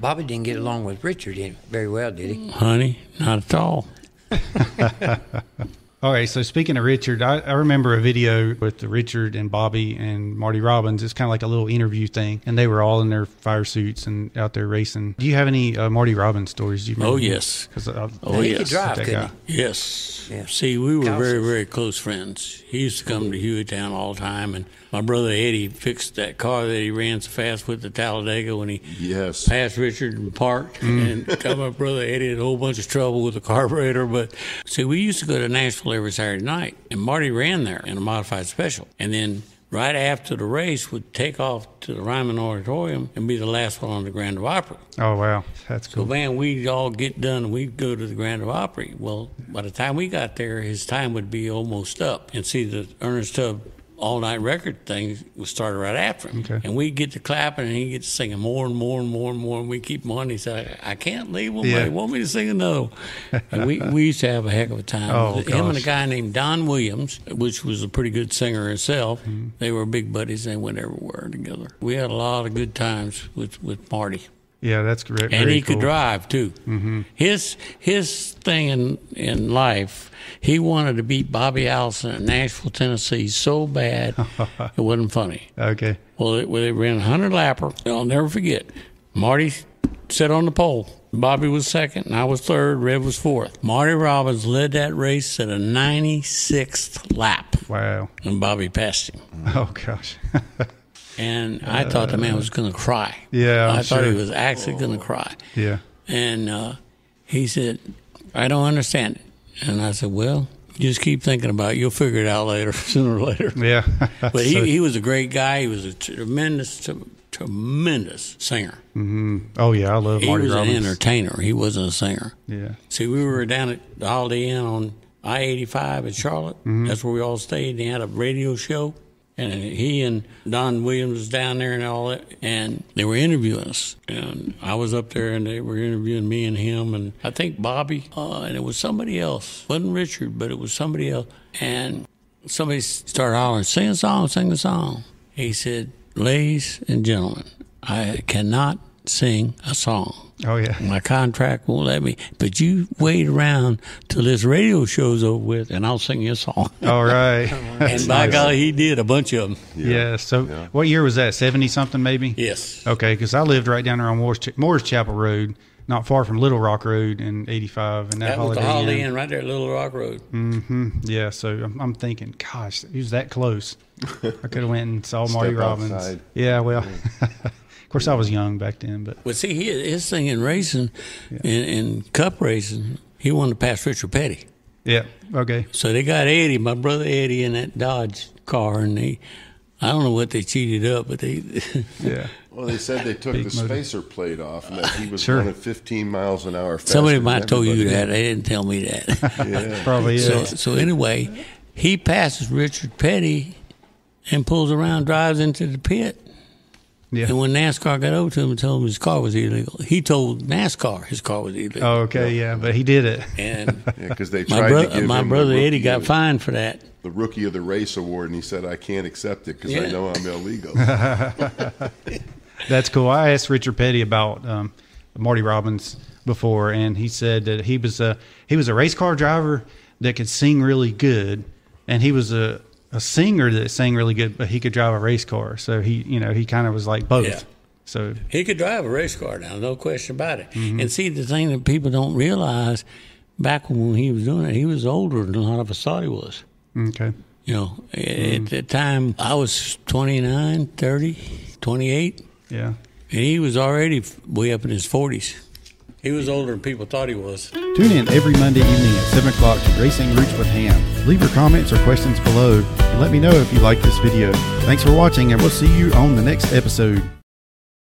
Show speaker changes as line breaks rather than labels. Bobby didn't get along with Richard in- very well, did
Mm.
he?
honey, not at all.
All right. So speaking of Richard, I, I remember a video with the Richard and Bobby and Marty Robbins. It's kind of like a little interview thing, and they were all in their fire suits and out there racing. Do you have any uh, Marty Robbins stories? Do you
Oh
remember?
yes,
'Cause I-
Oh,
he could
yes.
drive,
That
couldn't
guy.
he?
yes.
Yeah.
See, we were very,
Cowsons.
very close friends. He used to come to Hewittown all the time, and my brother Eddie fixed that car that he ran so fast with the Talladega when he
Yes.
past Richard and parked and got my brother Eddie in a whole bunch of trouble with the carburetor. But see, we used to go to Nashville every Saturday night, and Marty ran there in a modified special. And then right after the race, would take off to the Ryman Auditorium and be the last one on the Grand Ole Opry.
Oh wow, that's
So,
cool.
man, we'd all get done. We'd go to the Grand Ole Opry. Well, by the time we got there, his time would be almost up. And see, the Ernest Tubb all night record thing was started right after him.
Okay.
And we'd get to clapping, and he'd get to singing more and more and more and more. And we keep him on. He said, I I can't leave him.
Yeah.
They want me to sing another one. And we, we used to have a heck of a time.
Oh,
him and a
gosh.
guy named Don Williams, which was a pretty good singer himself,
Mm-hmm.
they were big buddies. They went everywhere together. We had a lot of good times with, with Marty
Yeah, that's great.
and
very
he
cool.
could drive too. Mm-hmm. His his thing in in life, he wanted to beat Bobby Allison in Nashville, Tennessee, so bad it wasn't funny.
Okay.
Well, it, well, they ran a hundred lapper. and I'll never forget. Marty sat on the pole. Bobby was second, and I was third. Red was fourth. Marty Robbins led that race at a 96th lap,
Wow.
and Bobby passed him.
Oh gosh.
And I thought the man was going to cry.
Yeah, I'm
I thought he
sure.
was actually going to cry.
yeah.
And uh, he said, I don't understand it. And I said, Well, just keep thinking about it. You'll figure it out later, sooner or later.
Yeah.
But
So-
he, he was a great guy. He was a tremendous, t- tremendous singer.
oh yeah, I love
He
Marty
was an
Robbins.
entertainer. He wasn't a singer.
yeah.
See, we were down at the Holiday Inn on I 85 in Charlotte. That's where we all stayed. And they had a radio show. And he and Don Williams was down there and all that. And they were interviewing us. And I was up there and they were interviewing me and him. And I think Bobby, uh, and it was somebody else. wasn't Richard, but it was somebody else. And somebody started hollering, sing a song, sing a song. He said, Ladies and gentlemen, I cannot sing a song.
Oh yeah.
My contract won't let me, but you wait around till this radio show's over with, and I'll sing you a song.
All right.
and by golly, he did a bunch of them.
yeah. So what year was that? Seventy something maybe.
Yes.
Okay, because I lived right down there on Morris, Morris Chapel Road, not far from Little Rock Road in '85, and that,
That was
Holiday Mm.
the Holiday
Inn. Mm-hmm.
Inn right there at Little Rock Road.
Yeah, so I'm, I'm thinking, gosh, he was that close. I could have went and saw Marty
Step
Robbins.
outside.
Yeah, well, of course I was young back then, but
Well, see, he, his thing in racing, in, in cup racing, he wanted to pass Richard Petty.
yeah, okay,
So they got Eddie, my brother Eddie, in that Dodge car, and they, I don't know what they cheated up, but they,
yeah,
Well, they said they took
Big
the
motor.
spacer plate off and that he was
Sure.
running 15 miles an hour. faster
somebody
than
might have told you that.
everybody.
They didn't tell me that.
Yeah.
probably
So,
yeah.
so anyway, he passes Richard Petty and pulls around, drives into the pit.
yeah.
And when NASCAR got over to him and told him his car was illegal, he told NASCAR his car was illegal.
Oh, okay, yeah, but he did it.
And
Because they tried
my,
to
bro-
give
my
him the
brother Eddie
rookie
got
of-
fined for that.
The rookie of the race award, and he said, "I can't accept it because I
Yeah.
know I'm illegal."
That's cool. I asked Richard Petty about um, Marty Robbins before, and he said that he was a he was a race car driver that could sing really good, and he was a a singer that sang really good, but he could drive a race car. So he, you know, he kind of was like both.
Yeah.
So
He could drive a race car now, no question about it.
Mm-hmm.
And see, the thing that people don't realize, back when he was doing it, he was older than a lot of us thought he was.
okay,
You know,
Mm-hmm.
at the time, I was 29, 30, 28.
yeah.
And he was already f- way up in his 40s. He was older than people thought he was.
Tune in every Monday evening at 7 o'clock to Racing Roots with Ham. Leave your comments or questions below and let me know if you like this video. Thanks for watching, and we'll see you on the next episode.